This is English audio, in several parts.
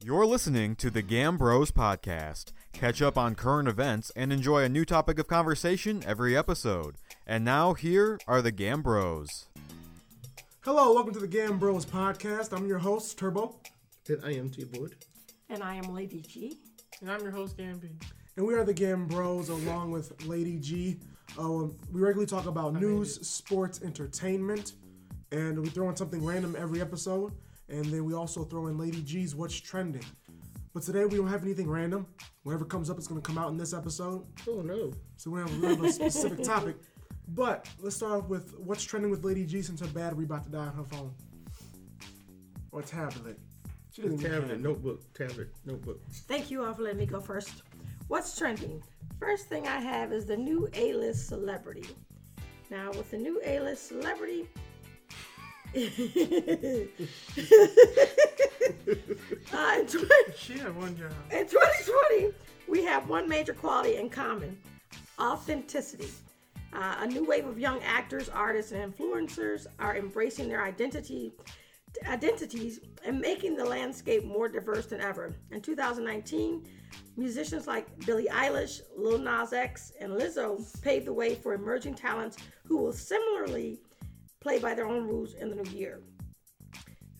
You're listening to the Gambros Podcast. Catch up on current events and enjoy a new topic of conversation every episode. And now, here are the Gambros. Hello, welcome to the Gam Bros podcast. I'm your host, Turbo, Then I am to your board. And I am Lady G. And I'm your host, Gambi. and we are the Gam Bros along with Lady G. Um, we regularly talk about news, sports, entertainment, and we throw in something random every episode. And then we also throw in Lady G's What's Trending. But today we don't have anything random. Whatever comes up, it's going to come out in this episode. Oh no. So we don't have, we don't have a specific topic. But let's start off with What's Trending with Lady G since her battery about to die on her phone or tablet. She doesn't even Tablet, have- notebook, tablet, notebook. Thank you all for letting me go first. What's trending? First thing I have is the new A list celebrity. Now, with the new A list celebrity, uh, in, 20, She had one job. in 2020, we have one major quality in common authenticity. Uh, a new wave of young actors, artists, and influencers are embracing their identity identities and making the landscape more diverse than ever. In 2019, musicians like Billie Eilish, Lil Nas X, and Lizzo paved the way for emerging talents who will similarly play by their own rules in the new year.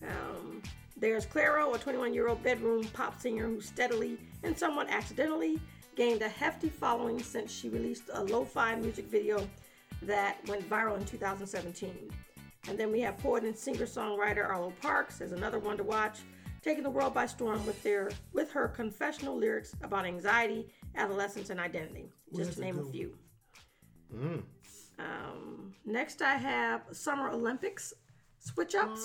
Um, there's Claro, a 21 year old bedroom pop singer who steadily and somewhat accidentally gained a hefty following since she released a lo fi music video that went viral in 2017. And then we have poet and singer songwriter Arlo Parks as another one to watch, taking the world by storm with their with her confessional lyrics about anxiety, adolescence, and identity, just that's to a name good a one. few. Um, next, I have Summer Olympics switch ups.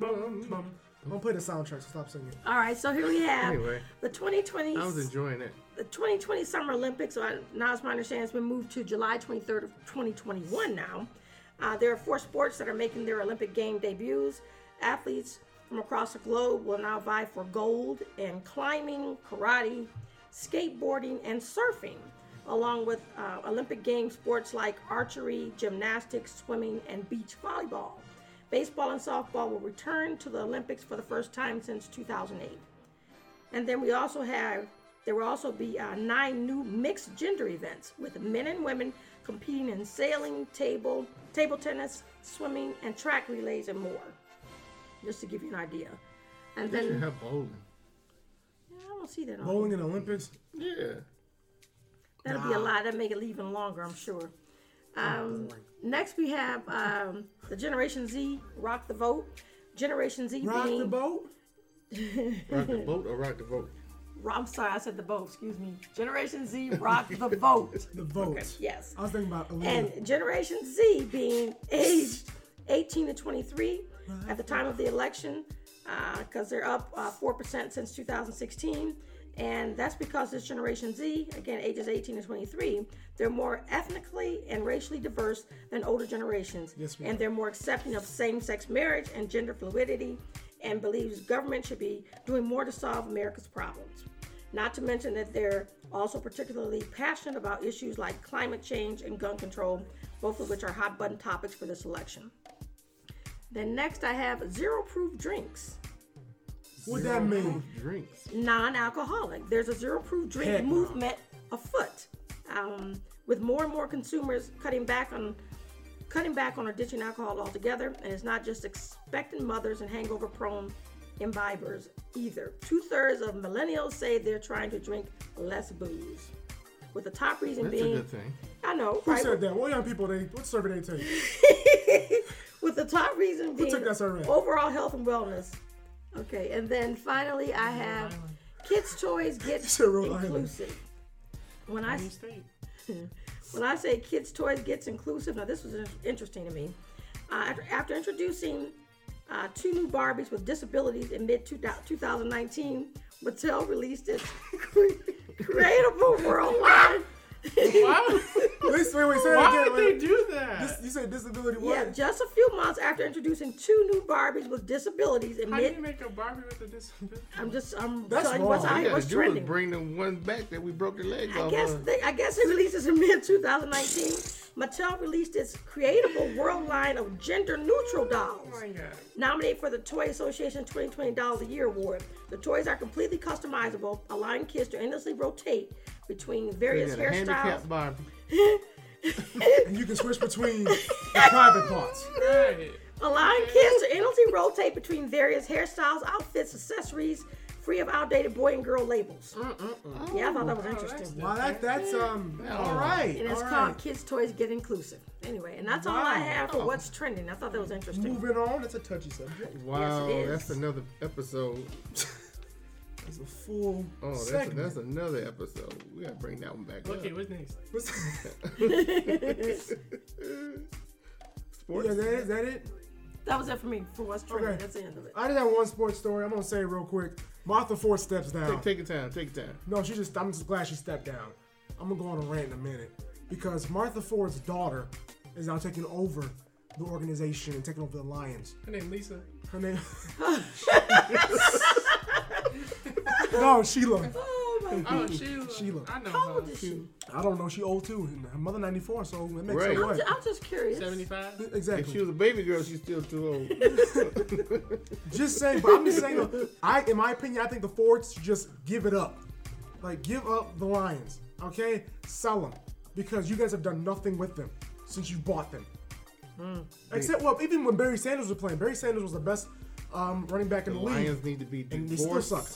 Don't play the soundtrack, so stop singing. All right, so here we have Anyway, the 2020 I was enjoying it. the 2020 Summer Olympics. So I- now it's my understanding it's been moved to July 23rd of 2021. Now uh, there are four sports that are making their Olympic game debuts. Athletes from across the globe will now vie for gold in climbing, karate, skateboarding, and surfing, along with uh, Olympic game sports like archery, gymnastics, swimming, and beach volleyball. Baseball and softball will return to the Olympics for the first time since 2008. And then we also have, there will also be uh, nine new mixed gender events with men and women competing in sailing, table, table tennis, swimming, and track relays and more. Just to give you an idea. And They should then, have bowling. Yeah, I don't see that on. Bowling in Olympics? Yeah. That'll be a lot. That'll make it even longer, I'm sure. Um, next, we have um, the Generation Z Rock the Vote. Generation Z Rock being. the boat? Rock the boat or rock the boat. I'm sorry, I said the vote, excuse me. Generation Z Rock the Vote. The vote. Yes. I was thinking about Olympics. and Generation Z being aged 18 to 23 at the time of the election, because they're up uh, 4% since 2016. And that's because this Generation Z, again, ages 18 to 23, they're more ethnically and racially diverse than older generations. Yes, we and are. they're more accepting of same sex marriage and gender fluidity and believes government should be doing more to solve America's problems. Not to mention that they're also particularly passionate about issues like climate change and gun control, both of which are hot button topics for this election. Then next, I have zero proof drinks, What that mean? Drinks. non alcoholic. There's a zero proof drink Heck no. movement afoot, um, with more and more consumers cutting back on cutting back on or ditching alcohol altogether, and it's not just expectant mothers and hangover prone imbibers either. Two thirds of millennials say they're trying to drink less booze, with the top reason That's a being good thing. I know, Who right? said that? What young people they what survey they take? with the top reason being took that survey? overall health and wellness. Okay, and then finally I have kids' toys get said Rhode Island. inclusive. When I Green State. when I say kids' toys gets inclusive, now this was in- interesting to me. Uh, after, after introducing uh, two new Barbies with disabilities in mid 2019, Mattel released its Cre- Creatable World line. At least Wait, wait, say that Why again. would they Wait. do that? Dis- you said disability Yeah, what? just a few months after introducing two new Barbies with disabilities in How do you mid, make a Barbie with a disability? I'm just I'm That's telling you what's wrong. out All here, you gotta what's do is trending. bring the one back that we broke the leg I off. guess of. they, I guess it releases in mid 2019. Mattel released its Creatable World line of gender neutral Oh dolls. my god. Nominated for the Toy Association 2020 Doll of the Year Award, the toys are completely customizable, allowing kids to endlessly rotate between We various got a handicapped hairstyles. Barbie. And you can switch between the private parts. Right. Allowing kids to endlessly rotate between various hairstyles, outfits, accessories, free of outdated boy and girl labels. Yeah, I thought that was interesting. Wow, that, that's um. All right. And it's all right. called Kids Toys Get Inclusive. Anyway, and that's all I Wow. have for what's trending. I thought that was interesting. Moving on. It's a touchy subject. Wow, is. that's another episode. It's a full Oh, that's, a, segment. that's another episode. We gotta bring that one back Okay, up. what's next? Sports. Uh, yeah, that is that it. That was it for me for what's trending. Okay. That's the end of it. I did have one sports story. I'm gonna say it real quick. Martha Ford steps down. Take, take your time. Take your time. No, she just. I'm just glad she stepped down. I'm gonna go on a rant in a minute because Martha Ford's daughter is now taking over the organization and taking over the Lions. Her name Lisa. Her name. no, Sheila. Oh my god. Oh, Sheila. Sheila. I know How her. old is she? I don't know. She old too. And her mother 94, so it makes Right. her I'm what? just, I'm just curious. 75? If Exactly. she was a baby girl, she's still too old. Just saying, but I'm just saying. look, I, in my opinion, I think the Fords should just give it up. Like, give up the Lions, okay? Sell them because you guys have done nothing with them since you bought them. Except, well, even when Barry Sanders was playing, Barry Sanders was the best um, running back in the the, league. Lions need to be And they still divorced suck.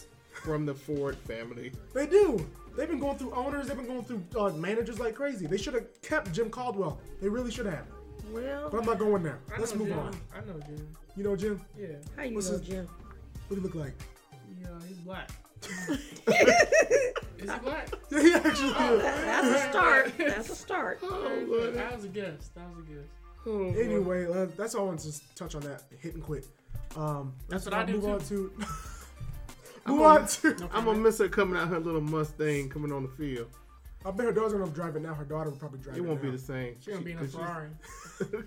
from the Ford family. They do. They've been going through owners. They've been going through uh, managers like crazy. They should have kept Jim Caldwell. They really should have. But Well, I'm not going there. I Let's know move Jim. on. I know Jim. You know Jim? Yeah. how you What's know, his- Jim? What do you look like? Yeah, he's black. is he black? Yeah, he actually is. That's a start. That's a start. Oh, That Lord. was a guess. That was a guess. Oh, Lord. Anyway, uh, that's all I want to just touch on that hit and quit. Um, That's what now I do Move on too. to. I'm move gonna- on to. I'm gonna miss her coming out her little Mustang coming on the field. I bet her daughter's gonna drive it now. Her daughter will probably drive it. It won't be now. the same. She gonna be in a 'cause she's- Ferrari.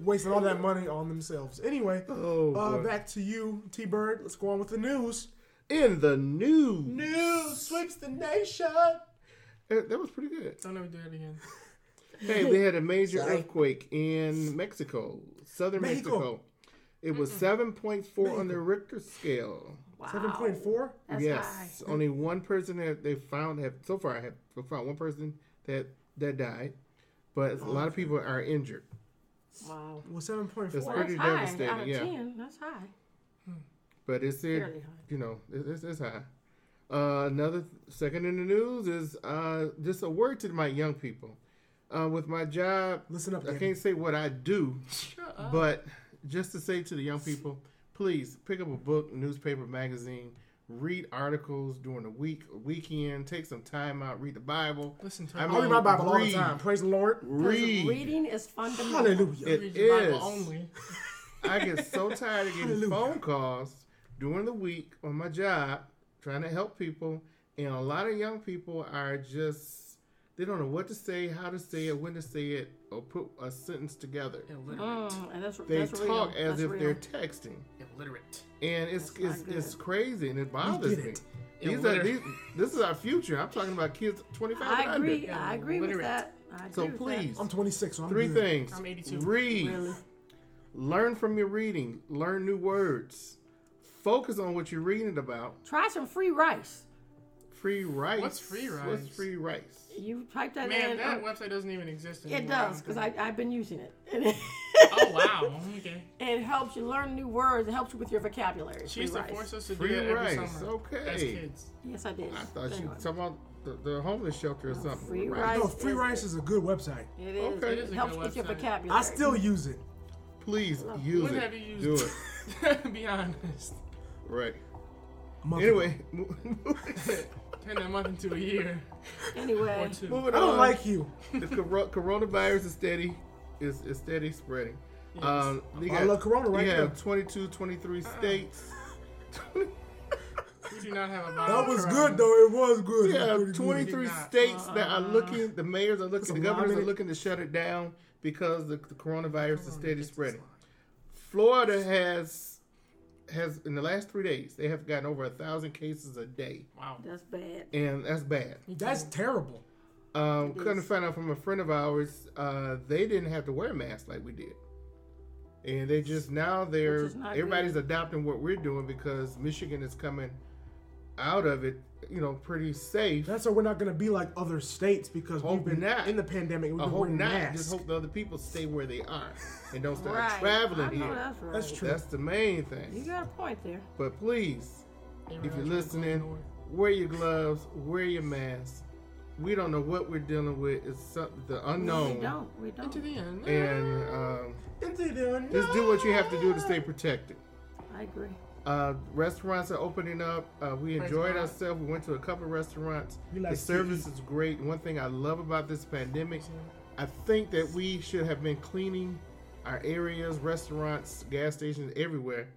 Wasting all that money on themselves. Anyway, Oh, uh, boy. back to you, T Bird. Let's go on with the news. in the news. News sweeps the nation. Eh, That was pretty good. Don't ever do that again. Hey, they had a major earthquake in Mexico, southern Mexico. Mexico. It was 7.4 on the Richter scale. Seven point four. That's yes, only one person that they found have so far have found one person that that died, but a lot of people are injured. Wow. Well, seven point That's four. pretty devastating. Out of yeah, 10, that's high. but it's it, Fairly high. you know it- it's, it's high. Uh, another th- second in the news is uh, just a word to my young people. Uh, with my job, Listen up, I Danny. can't say what I do, but just to say to the young people, please pick up a book, newspaper, magazine, read articles during the week, weekend, take some time out, read the Bible. Listen to I it. I read mean, my Bible all the read, time. Praise the Lord. Because Read. Reading is fundamental. Hallelujah. It Read your Bible is. only. I get so tired of getting Hallelujah. phone calls during the week on my job, trying to help people, and a lot of young people are just they don't know what to say, how to say it, when to say it, or put a sentence together. Mm, and that's, They that's talk real. as that's if real. they're texting. Illiterate. and it's it's, not good. it's crazy and it bothers get me. it. These are Illiterate. these, this is our future. I'm talking about kids 25 and I under. agree. I agree with Illiterate. that. I agree So with please, I'm 26, so I'm three good. things. I'm 82. Read, That. Really. learn from your reading, learn new words, focus on what you're reading about. Try some free rice. Free rice. What's free What's rice? free rice? You type that Man, in. that oh, website doesn't even exist anymore. it does, because I've been using it. And it, Oh, wow. Okay. it helps you learn new words. It helps you with your vocabulary. She Free used to rice. force us to Free do that every rice, summer. okay. As kids. Yes, I did. I thought you Anyway. were talking about the, the homeless shelter or something. free Right. No, rice. Free Rice is a good website. It is. Okay. It, It is a helps good with your website. vocabulary. I still use it. Please use When it. have you used Do it. Be honest. Right. A month ago. Anyway, mo- Turn that month into a year Anyway, or two. moving I don't on. like you. the coro- coronavirus is steady is, is steady spreading. Um, they I love corona right Uh-uh. they now. have 22, 23 states. You do not have a body. That was good though. It was good. We It was have pretty good. 23 Nah, um, states that Uh-huh. are uh, looking, the mayors are looking, a the governors lot. are looking to shut it down because the, the coronavirus is steady spreading. Florida has has in the last three days they have gotten over a thousand cases a day, Wow. That's bad. and that's bad. That's terrible. Um, couldn't find out from a friend of ours. Uh, they didn't have to wear masks like we did, and they just now they're is not everybody's adopting what we're doing because Michigan is coming out of it, you know, pretty safe. That's why we're not gonna be like other states because Hope we've been not. in the pandemic. and We've I been hope wearing not. masks. Just hope the other people stay where they are and don't start Right. I traveling know here. That's, right. That's true. That's the main You thing. got a point there. But please, if you're listening, wear your gloves, wear your mask. We don't know what we're dealing with. It's something the We unknown. don't. We To the don't. end. And um, Into the just do what you have to do to stay protected. I agree. Uh, restaurants are opening up. Uh, we Praise enjoyed God. ourselves. We went to a couple restaurants. We like the to service eat. is great. One thing I love about this pandemic, I think that we should have been cleaning our areas, restaurants, gas stations, everywhere,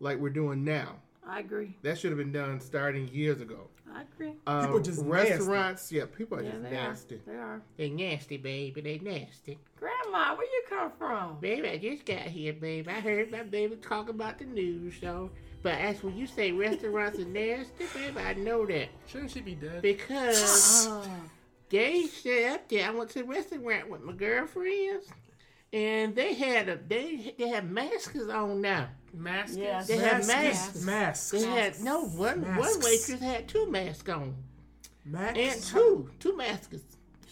like we're doing now. I agree. That should have been done starting years ago. I agree. Um, People just nasty. restaurants, yeah, people are yeah, just they nasty. are. They are. They nasty, baby. They nasty. Grandma, where you come from? Babe, I just got here, babe. I heard my baby talk about the news, so. But as when you say restaurants are nasty, babe, I know that Shouldn't she be dead? because Uh-uh. Oh, they said up there. I went to the restaurant with my girlfriends, and they had a they they have masks on now. Mask. Yes. They They have have masks. Masks. They had no one one Masks. waitress had two masks on Masks. and two two masks.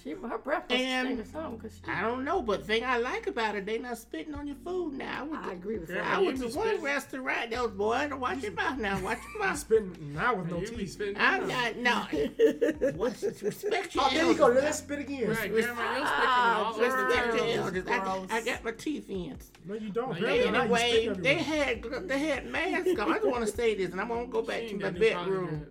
she, her breath was And- stinking something because she. I don't know, but thing I like about it, they not spitting on your food now. I went I to, agree with Grandma, that. I you went be to one spitting- restaurant. Those boy, watch your mouth now. Watch your mouth. Spitting now with no You be teeth. spitting. I'm not no. What's respect your Oh, there you go. Let elders. that spit again. Right, grandma, you're spitting all Respect over your the Ah, girl. elders. I, I Gross. got my teeth in. No, you don't. No, Grandma, you now you spitting Anyway, they everywhere. had they had masks on. I just want to say this, and I'm gonna go back to my bedroom.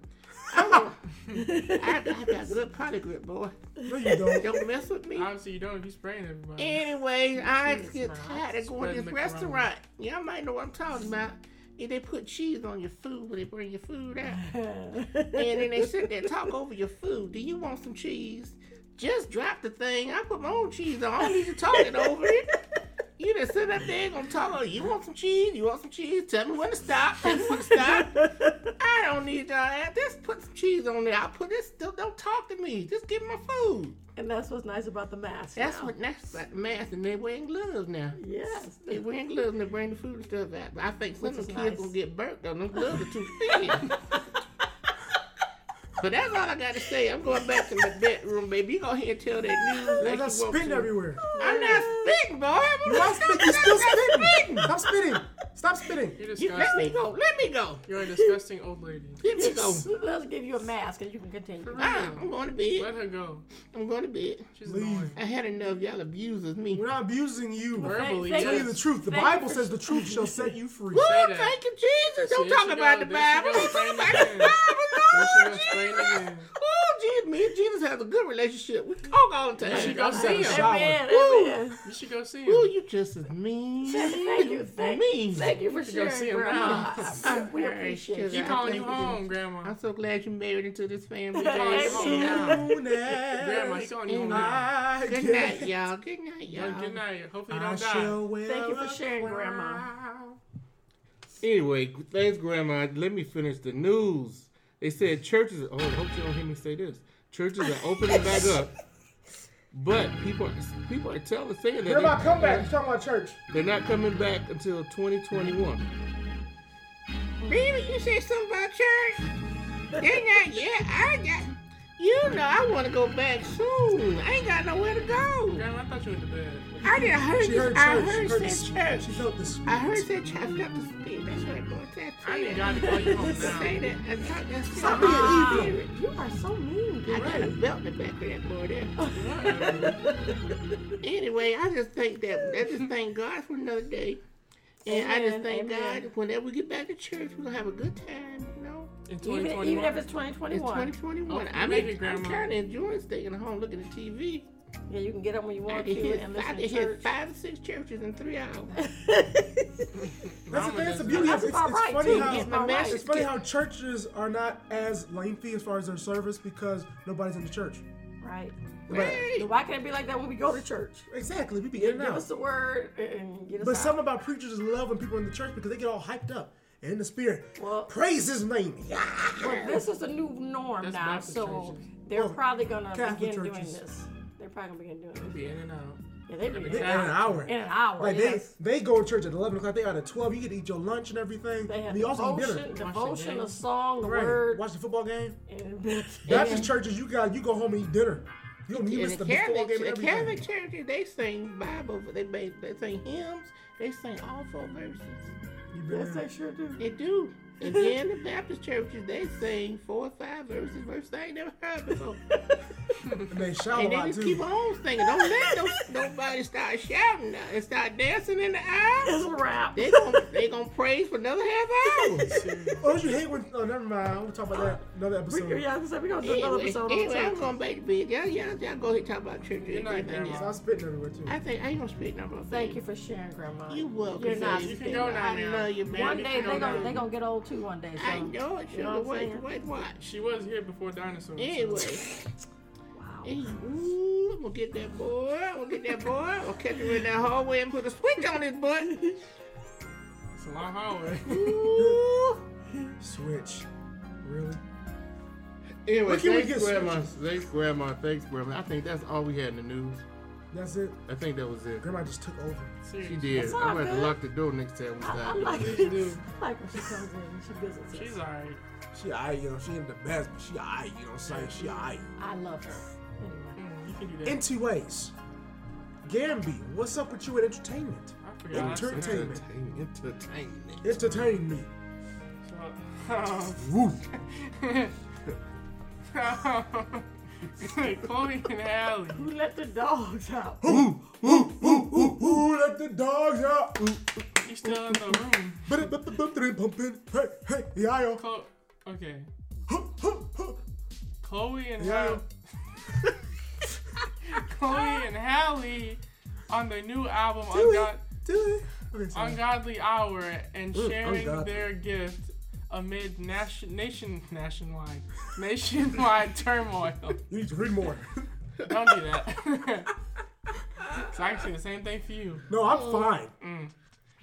I, don't- I, I got good potty grip, boy. No, you don't. Don't mess with me. Obviously, you don't. if You spraying everybody. Anyway, I Jesus, get man, tired of going to spreading this the corona. restaurant. Y'all might know what I'm talking about. And they put cheese on your food when they bring your food out. and then they sit there and talk over your food. Do you want some cheese? Just drop the thing. I put my own cheese on. I don't need you talking over it. You just sit up there and gonna talk. Oh, you want some cheese? You want some cheese? Tell me when to stop. Tell me when to stop. I don't need all that. Just put some cheese on there. I put this. Don't, don't talk to me. Just give me my food. and that's what's nice about the mask. That's now. what. That's like the mask, and they wearing gloves now. Yes. They wearing gloves and they bring the food and stuff out. But I think some of the Which kids is nice. gonna get burnt on them gloves are too thin. but that's all I gotta say. I'm going back to my bedroom, baby. You go ahead and tell that news. Let like that you want spitting to. everywhere. I'm not spitting, boy. Stop I'm not spitting. You still I'm not spitting. Stop spitting. Stop spitting. You're You, let me disgusting. go. Let me go. You're a disgusting old lady. Let me go. Let's give you a mask and you can continue. Ah, I'm going to bed. Let her go. I'm going to bed. She's Leave. annoying. I had enough. Y'all abusers me. We're not abusing you. We're- We're Verbally, Thank- thank yes. telling you. you the truth. The Thank you Bible for- says the truth shall set you free. Woo, Say that. thank you, Jesus. Don't There talk she about go. the There she Bible. go. Don't talk about Explain the again. Bible, There she go. Lord. Explain Jesus. again. Oh, Jesus. Me and Jesus have a good relationship. We talk all the You should time. go see him. shower. Amen. Woo. Amen. You should go see him. Ooh, you just as mean. Thank you. Thank, mean. thank you for should go see sharing, him Grandma. now. I- I- We appreciate He you. Yeah, I calling you think we home, Grandma. I'm so glad you married into this family. Amen. Come on baby. now. Soon as Grandma, he calling you home now. I Good get- night, y'all. Good night, y'all. Good night. Hopefully you I don't die. shall wear Thank you for a sharing, Grandma. crown. Anyway, thanks, Grandma. Let me finish the news. They said churches. Oh, I hope you don't hear me say this. Churches are opening back up, but people are people are telling saying that Grandma, they- come back. You're talking about church. They're not coming back until 2021. Baby, you said something about church? They're not yet. I got. You know, I want to go back soon. I ain't got nowhere to go. Grandma, I thought you went to bed. I didn't heard. She heard I church. She heard heard the said spirit. church. She felt the spirit. I heard that church. I forgot to speak. That's what I'm going to say. I need God to call you home now. Say that. I thought that's Stop being Holy evil. Spirit. You are so mean. I got a belt in the back of that boy there. Whatever. Anyway, I just think that I just thank God for another day. And I just Amen, thank amen. God whenever we get back to church, we're gonna have a good time, you know. In Even, 2021. even if it's It's 2021. 2021. Oh, I'm, maybe I'm grandma- kind of enjoying staying at home looking at TV. Yeah, you can get up when you I want can to hit, and I listen can to hit church. five to six churches in three hours. That's the Mama thing. That's the does beauty that. of it. It's, That's about it's right, funny too. how It's about right. it's funny how churches are not as lengthy as far as their service because nobody's in the church. Right. Right. So Why can't it be like that when we go to church? Exactly. We be in and Give out. us the word and get us But out. something about preachers love when people in the church because they get all hyped up and in the spirit. Well- praise his name. Well, this is the new norm That's now, Baptist so churches. they're Well, probably gonna Catholic begin doing churches. this. They're probably gonna begin doing this. Be in and out. Yeah, they be In an hour. In an hour. Like yes. they they go to church at eleven o'clock. They out at twelve. You get to eat your lunch and everything. They, have and you also eat dinner. devotion, the devotion, game. a song, the Right. word, Watch the football game. and Baptist churches, you got you go home and eat dinner. You don't you In miss the the football Catholic, game and the everything. Catholic churches, they sing Bible, they, they, they sing hymns, they sing all four verses. You been Yes, there. they sure do. They do. And then the Baptist churches, they sing four or five verses, verses I ain't never heard before. and they shout And a they lot just too. keep on singing. Don't let no, nobody start shouting now and start dancing in the It's aisles. a wrap. They gonna they gonna praise for another half hour. Oh, don't you hate when? Oh, never mind. I'm gonna talk about that another episode. yeah, I said we're gonna do another Anyway, episode anyway, on I'm the church. gonna make the big. Y'all, y'all, y'all go ahead and talk about church. Good night, Grandma. So I'm spitting everywhere too. I think I ain't gonna speak no more. Thank you for sharing, Grandma. You welcome. You're not. baby. You can go now, I ma'am. love you, baby. One day know they're gonna that. they gonna get old too. One day. So. I know it. Sugar. know what I'm wait, saying? wait, watch. She was here before dinosaurs. Anyway, Wow. hey, ooh, I'm gonna get that boy. I'm gonna get that boy. I'm gonna catch him in that hallway and put a switch on his butt. It's a long hallway. Ooh. Switch. Really? Anyway, Where can we get thanks, Grandma. Thanks, Grandma. Thanks, Grandma. I think that's all we had in the news. That's it. I think that was it. Grandma just took over. Seriously. She did. That's all I'm gonna have to good. lock the door next time we I, I stop. like Yes, you do. I like when she comes in and she visits us. She's alright. She alright, you know. She ain't the best, but she alright, you know. So she alright. I love her. Anyway. Mm, You can do that. NT Ways. Gamby, what's up with you at entertainment? I forgot. I said that. Entertainment. Entertainment. Entertain me. So- Woo. Chloe and Allie. Who let the dogs out? Ooh, ooh, ooh, ooh, ooh, let the dogs out. Ooh, You still in the room. bada, bada, bada, bada, pumping. Hey, hey, yeah, yo. Chloe. Okay. Huh, huh, huh. Chloe and Yeah. Hal- Chloe and Hallie on their new album Do Ungod- it, do it. Okay, sorry. Ungodly Hour and Ooh, sharing Mm, ungodly. their gift amid nation nation nationwide nationwide turmoil. You need to read more. Don't do that. it's actually the same thing for you. no, I'm fine.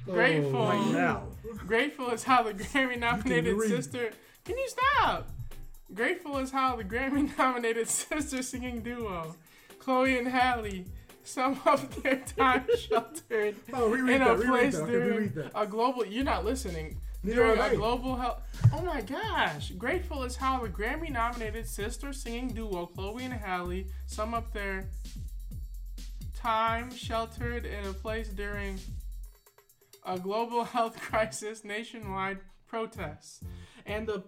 Grateful. Now. Grateful is how the Grammy nominated read. sister. Can you stop? Grateful is how the Grammy nominated sister singing duo, Chloe and Halle, sum up their time sheltered Oh, reread in a that, reread place that. Okay, during reread that. a global. You're not listening. Neither during am I. a global health. Oh my gosh! Grateful is how the Grammy nominated sister singing duo Chloe and Halle sum up their time sheltered in a place during a global health crisis, nationwide protests, and the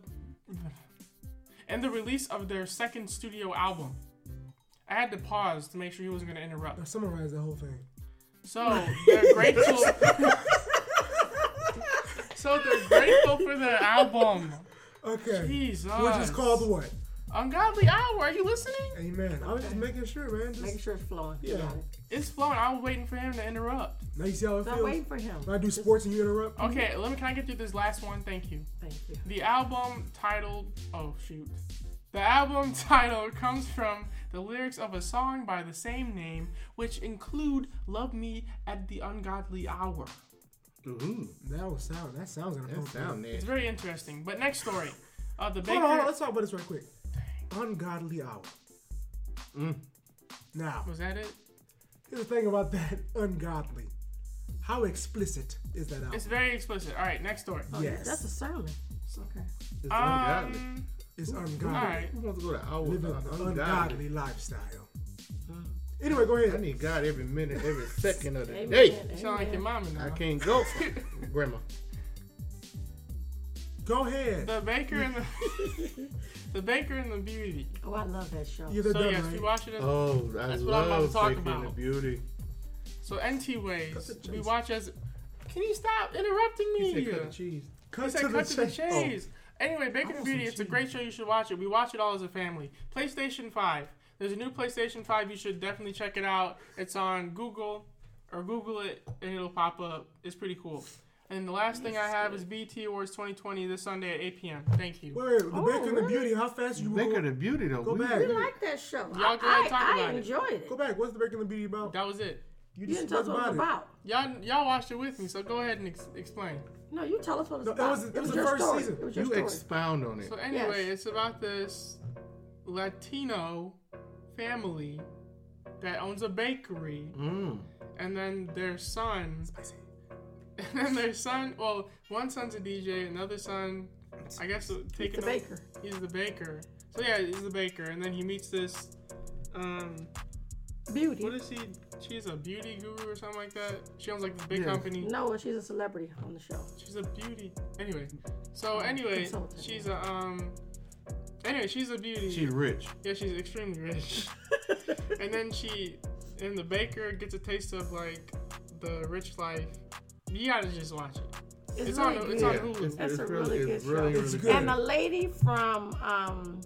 and the release of their second studio album. I had to pause to make sure he wasn't going to interrupt. Summarize the whole thing. So they're grateful. so they're grateful for their album. Okay. Jesus. Which is called what? Ungodly Hour. Are you listening? Amen. I was just making sure, man. Make Just, sure it's flowing. Yeah. Got it. It's flowing. I was waiting for him to interrupt. now you see how it Stop feels? waiting for him. When I do sports and you interrupt? Okay, let me. Can I get through this last one? Thank you. Thank you. The album titled Oh shoot. The album title comes from the lyrics of a song by the same name, which include Love Me at the Ungodly Hour. Ooh, That was sound. That sounds that inappropriate. sound It's nasty. very interesting. But next story. Uh, the Hold on, hold on. baker Let's talk about this right quick. Ungodly hour. Now, was that it? here's the thing about that ungodly. How explicit is that hour? It's very explicit. All right, next story. yes. That's a sermon. Okay. It's ungodly. Um, it's ungodly. all right. Who wants Ah. to go to our Living uh, an ungodly, ungodly? lifestyle. Anyway, go ahead. I need God every minute, every second of the Amen. day. You sound like Amen. your mama now. I can't go, Grandma. go ahead. The baker and the the baker and the beauty. Oh, I love that show. You're the So dumb, yes, right? we watched it. as- Oh, I That's what I'm about to love talk Sacred and the about. Beauty. So NT ways. the We chase. watch as. Can you stop interrupting me? He said cut the cheese. Cut It's like cut to the chase. Oh. chase. Anyway, Baker want Beauty, some it's a great show. You should watch it. We watch it all as a family. PlayStation 5. There's a new PlayStation 5. You should definitely check it out. It's on Google or Google it and it'll pop up. It's pretty cool. And the last thing I have is BT Awards 2020 this Sunday at 8 p.m. Thank you. Wait, the Oh, Baker and the really? Beauty. How fast you Baker go, the Beauty though. go we- back? We like that show. Y'all go ahead I, and talk I, I about it. enjoyed it. Go back. What's the Baker and the Beauty about? That was it. You didn't tell us what it was about. Y'all, y'all watched it with me, so go ahead and ex- explain. No, you tell us what it was No, it about. was- it was the your first story. season. It was your You story. expound on it. So anyway, Yes. it's about this Latino family that owns a bakery, Mm. and then their son, and then their son. Well, one son's a DJ, another son, I guess, He's taking the o- baker. He's the baker. So yeah, he's the baker, and then he meets this. Um, Beauty. what is she? She's a beauty guru or something like that. She owns like this big Yeah. company. No, she's a celebrity on the show. She's a beauty. Anyway, so anyway, Oh, Consultant. she's a um. Anyway, she's a beauty. She rich. yeah, she's extremely rich. and then she, and the baker gets a taste of like the rich life. You gotta just watch it. It's, It's on- really good. it's on Hulu. That's a really it's good really, show. really It's good. And the lady from um,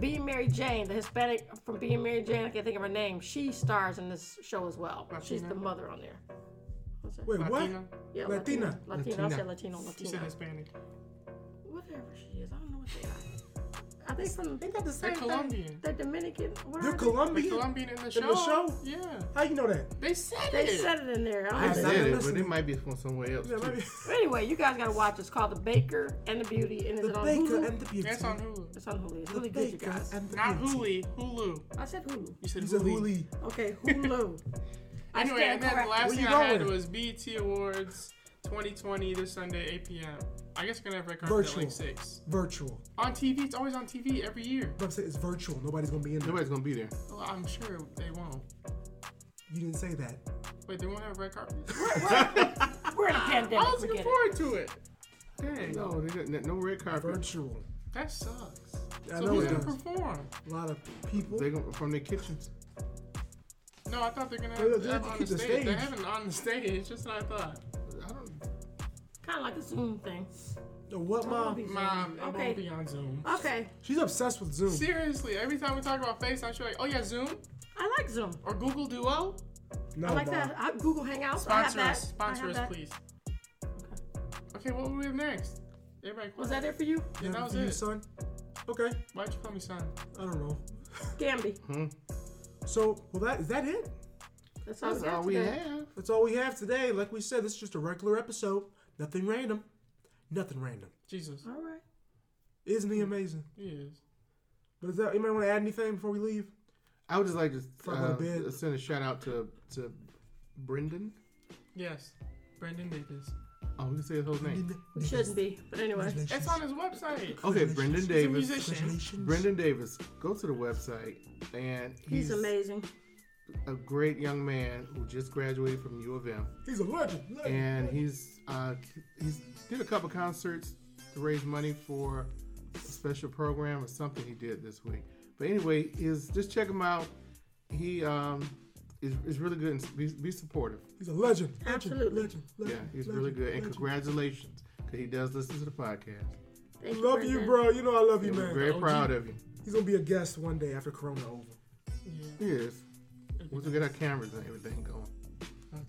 Being Mary Jane, the Hispanic from Being Mary Jane, I can't think of her name. She stars in this show as well. She's the Latina? mother on there. What's her- Wait, what? Latina. Yeah, Latina. Latina. Latina. I said Latino. She said Latina. Hispanic. Whatever she is, I don't know what they are. Are they from? They got the They're Colombian. They're Dominican. What They're are they? They're Colombian. Colombian in the show. show? Yeah. How you know that? They said They it. said it in there. I I don't I've know. not said it, but listening. it might be from somewhere else. Yeah, too. maybe. But anyway, you guys gotta watch. It's called The Baker and the Beauty, and it's The on Baker Hulu. and the Beauty. That's on Hulu. It's on Hulu. It's The really good, you Baker guys. and the Not Beauty. Hulu. Hulu. I said Hulu. You said He's a Hulu. Hulu. Okay, Hulu. I stand Anyway, and then the corrected. last Where thing you I had going? was BET Awards 2020 this Sunday 8 p.m. I guess gonna have record at Virtual. like six Virtual. on TV. It's always on TV every year. But I'm saying it's virtual. Nobody's gonna be in there. Nobody's gonna be there. Well, I'm sure they won't. You didn't say that. Wait, they won't have red carpet. We're in a I pandemic. was We looking get it. forward to it. Dang, No, they got no red carpet. Virtual. that sucks. I so know who's it gonna does. perform? A lot of people. They go from their kitchens. No, I thought they're gonna Well, have, they have have to on the keep stage. the They stage. haven't on the stage. It's just what I thought. I don't. Kind of like a Zoom thing. Uh, What mom? Mom, it Okay. won't be on Zoom. Okay, She's obsessed with Zoom. Uh, Seriously, every time we talk about FaceTime, she's like, "Oh yeah, Zoom I like Zoom. or Google Duo." No, I like Mom. that. I, Google Hangouts. I have Sponsor that. us. Sponsor I us, have that. please. Okay, what do we have next? Everybody, Was that it for you, Yeah, that was You, it. son. Okay. Why'd you call me son? I don't know. Gamby? So, well, that is that it. That's all That's we got all we today. have. That's all we have today. Like we said, this is just a regular episode. Nothing random. Nothing random. Jesus. All right. Isn't he amazing? He is. But is that, anybody want to add anything before we leave? I would just like to Talk about uh, bed. send a shout out to to Brendan. Yes. Brendan Davis. Oh, we can say his whole name. We shouldn't be, but anyway. It's on his website. Okay, Brendan Davis. musician. Congratulations. Brendan Davis. Go to the website, and He's he's, amazing. a great young man who just graduated from U of M. He's a legend. legend. and he's uh, he's did a couple concerts to raise money for a special program or something he did this week. But anyway, is just check him out. He um, is, is really good and be, be supportive. He's a legend. legend, Absolutely. Legend. Yeah, legend he's legend, really good. And legend. congratulations, because he does listen to the podcast. Thank you, Love you, Brendan. bro. You know I love you, And we're man. very OG. proud of you. He's gonna be a guest one day after Corona over. Yeah. Yes. Once we get our cameras and everything going.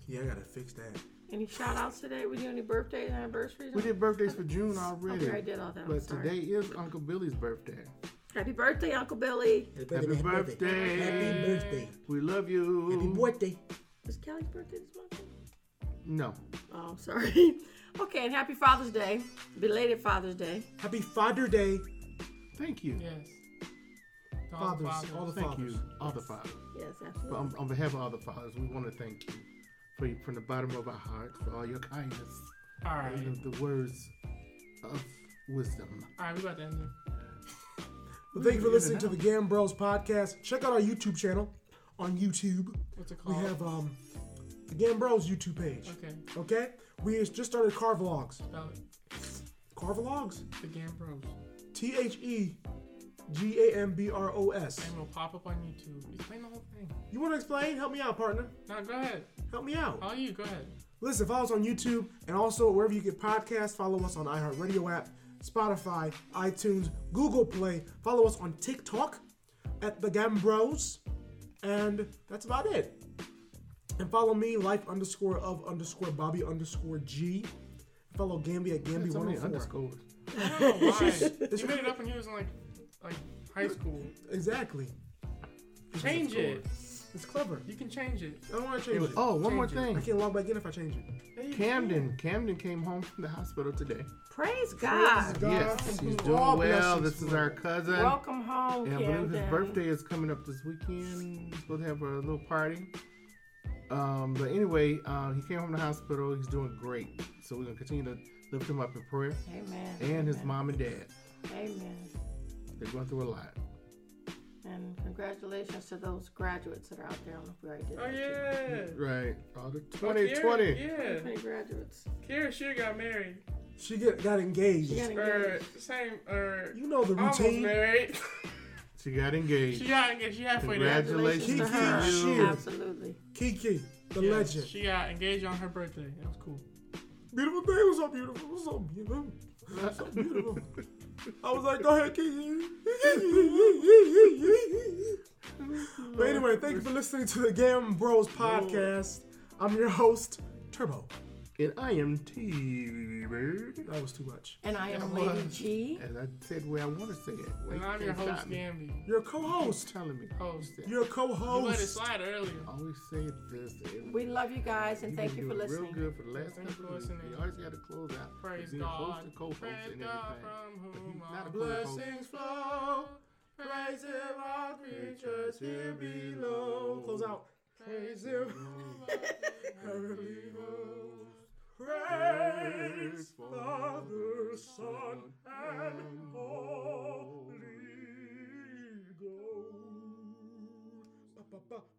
Yeah, I gotta fix that. Any shout outs today? We do any birthdays, anniversaries? We did birthdays for June already. Okay, I did all that. I'm But sorry. today is Uncle Billy's birthday. Happy birthday, Uncle Billy. Happy birthday. Happy birthday. We love you. Happy birthday. Is Kelly's birthday this month? No. Oh, I'm sorry. okay, and happy Father's Day. Belated Father's Day. Happy Father Day. Thank you. Yes. To all the Fathers. All the fathers. fathers. Thank you, all the fathers. Yes, But absolutely. on, on behalf of all the fathers, we want to thank you for you, from the bottom of our hearts for all your kindness All right. and the, the words of wisdom. All right, we about to end it. Well, thank you for listening to the Gam Bros podcast. Check out our YouTube channel on YouTube. What's it We called? have um the Gam Bros YouTube page. Okay. Okay? We just started Car Vlogs. Spell it. Car Vlogs? The Gambros. T H E G A M B R O S. And will pop up on YouTube. Explain the whole thing. You wanna explain? Help me out, partner. Now go ahead. Help me out. How are you? Go ahead. Listen, follow us on YouTube and also wherever you get podcasts. Follow us on iHeartRadio app, Spotify, iTunes, Google Play. Follow us on TikTok at the Gambros. And that's about it. And follow me, life underscore of underscore Bobby underscore G. Follow Gambi oh at So many Gambi104. underscores. I don't know why. you made it up when you was in like, like high school. Exactly. Change it. It's clever. You can change it. I don't want to It change was- it. oh, one more Change it. I thing. can't log back in if I change it. There you Camden. Camden came home from the hospital today. Praise God. God, yes, I'm he's doing doing all well. blessings This is for our him. cousin. Welcome home, And I believe Camden. his birthday is coming up this weekend. We're supposed to have a little party. Um, but anyway, um, he came from the hospital. He's doing great. So we're gonna continue to lift him up in prayer. Amen. And his mom and dad. Amen. They're going through a lot. And congratulations to those graduates that are out there. I don't know if we already did go. Oh that, too. yeah. Right. All the Oh, Kiara- 2020. Yeah. Many graduates. Kira sure got married. She get, got engaged. She got Or engaged. same or you know the almost routine. married. She got engaged. she got engaged. She halfway there. Congratulations to to you. her. Absolutely. Kiki, the Yeah, legend. She got engaged on her birthday. That was cool. beautiful day was so beautiful. was so beautiful. was so beautiful. I was like, go ahead, Kiki. but anyway, thank you for listening to the Game Bros podcast. I'm your host, Turbo. and I am T Bird. That was too much. And I am Yeah, Lady well. G. As I said where I want to say it. Well, And you I'm your can't host, stop me. Gambi. You're a Who's co-host. telling me? Host. You're a You let it co-host. slide earlier. I always say this. and We love you guys and thank you for been doing listening. Real good for the last Thank you couple for of years. listening. You always got to close out. Praise being God. Host and co-host Praise and God everything. from But whom he's not all a co-host. blessings flow. Praise Him, all creatures here below. Close out. Praise Him. Praise Father, Son, and Holy Ghost. Ba, ba, ba.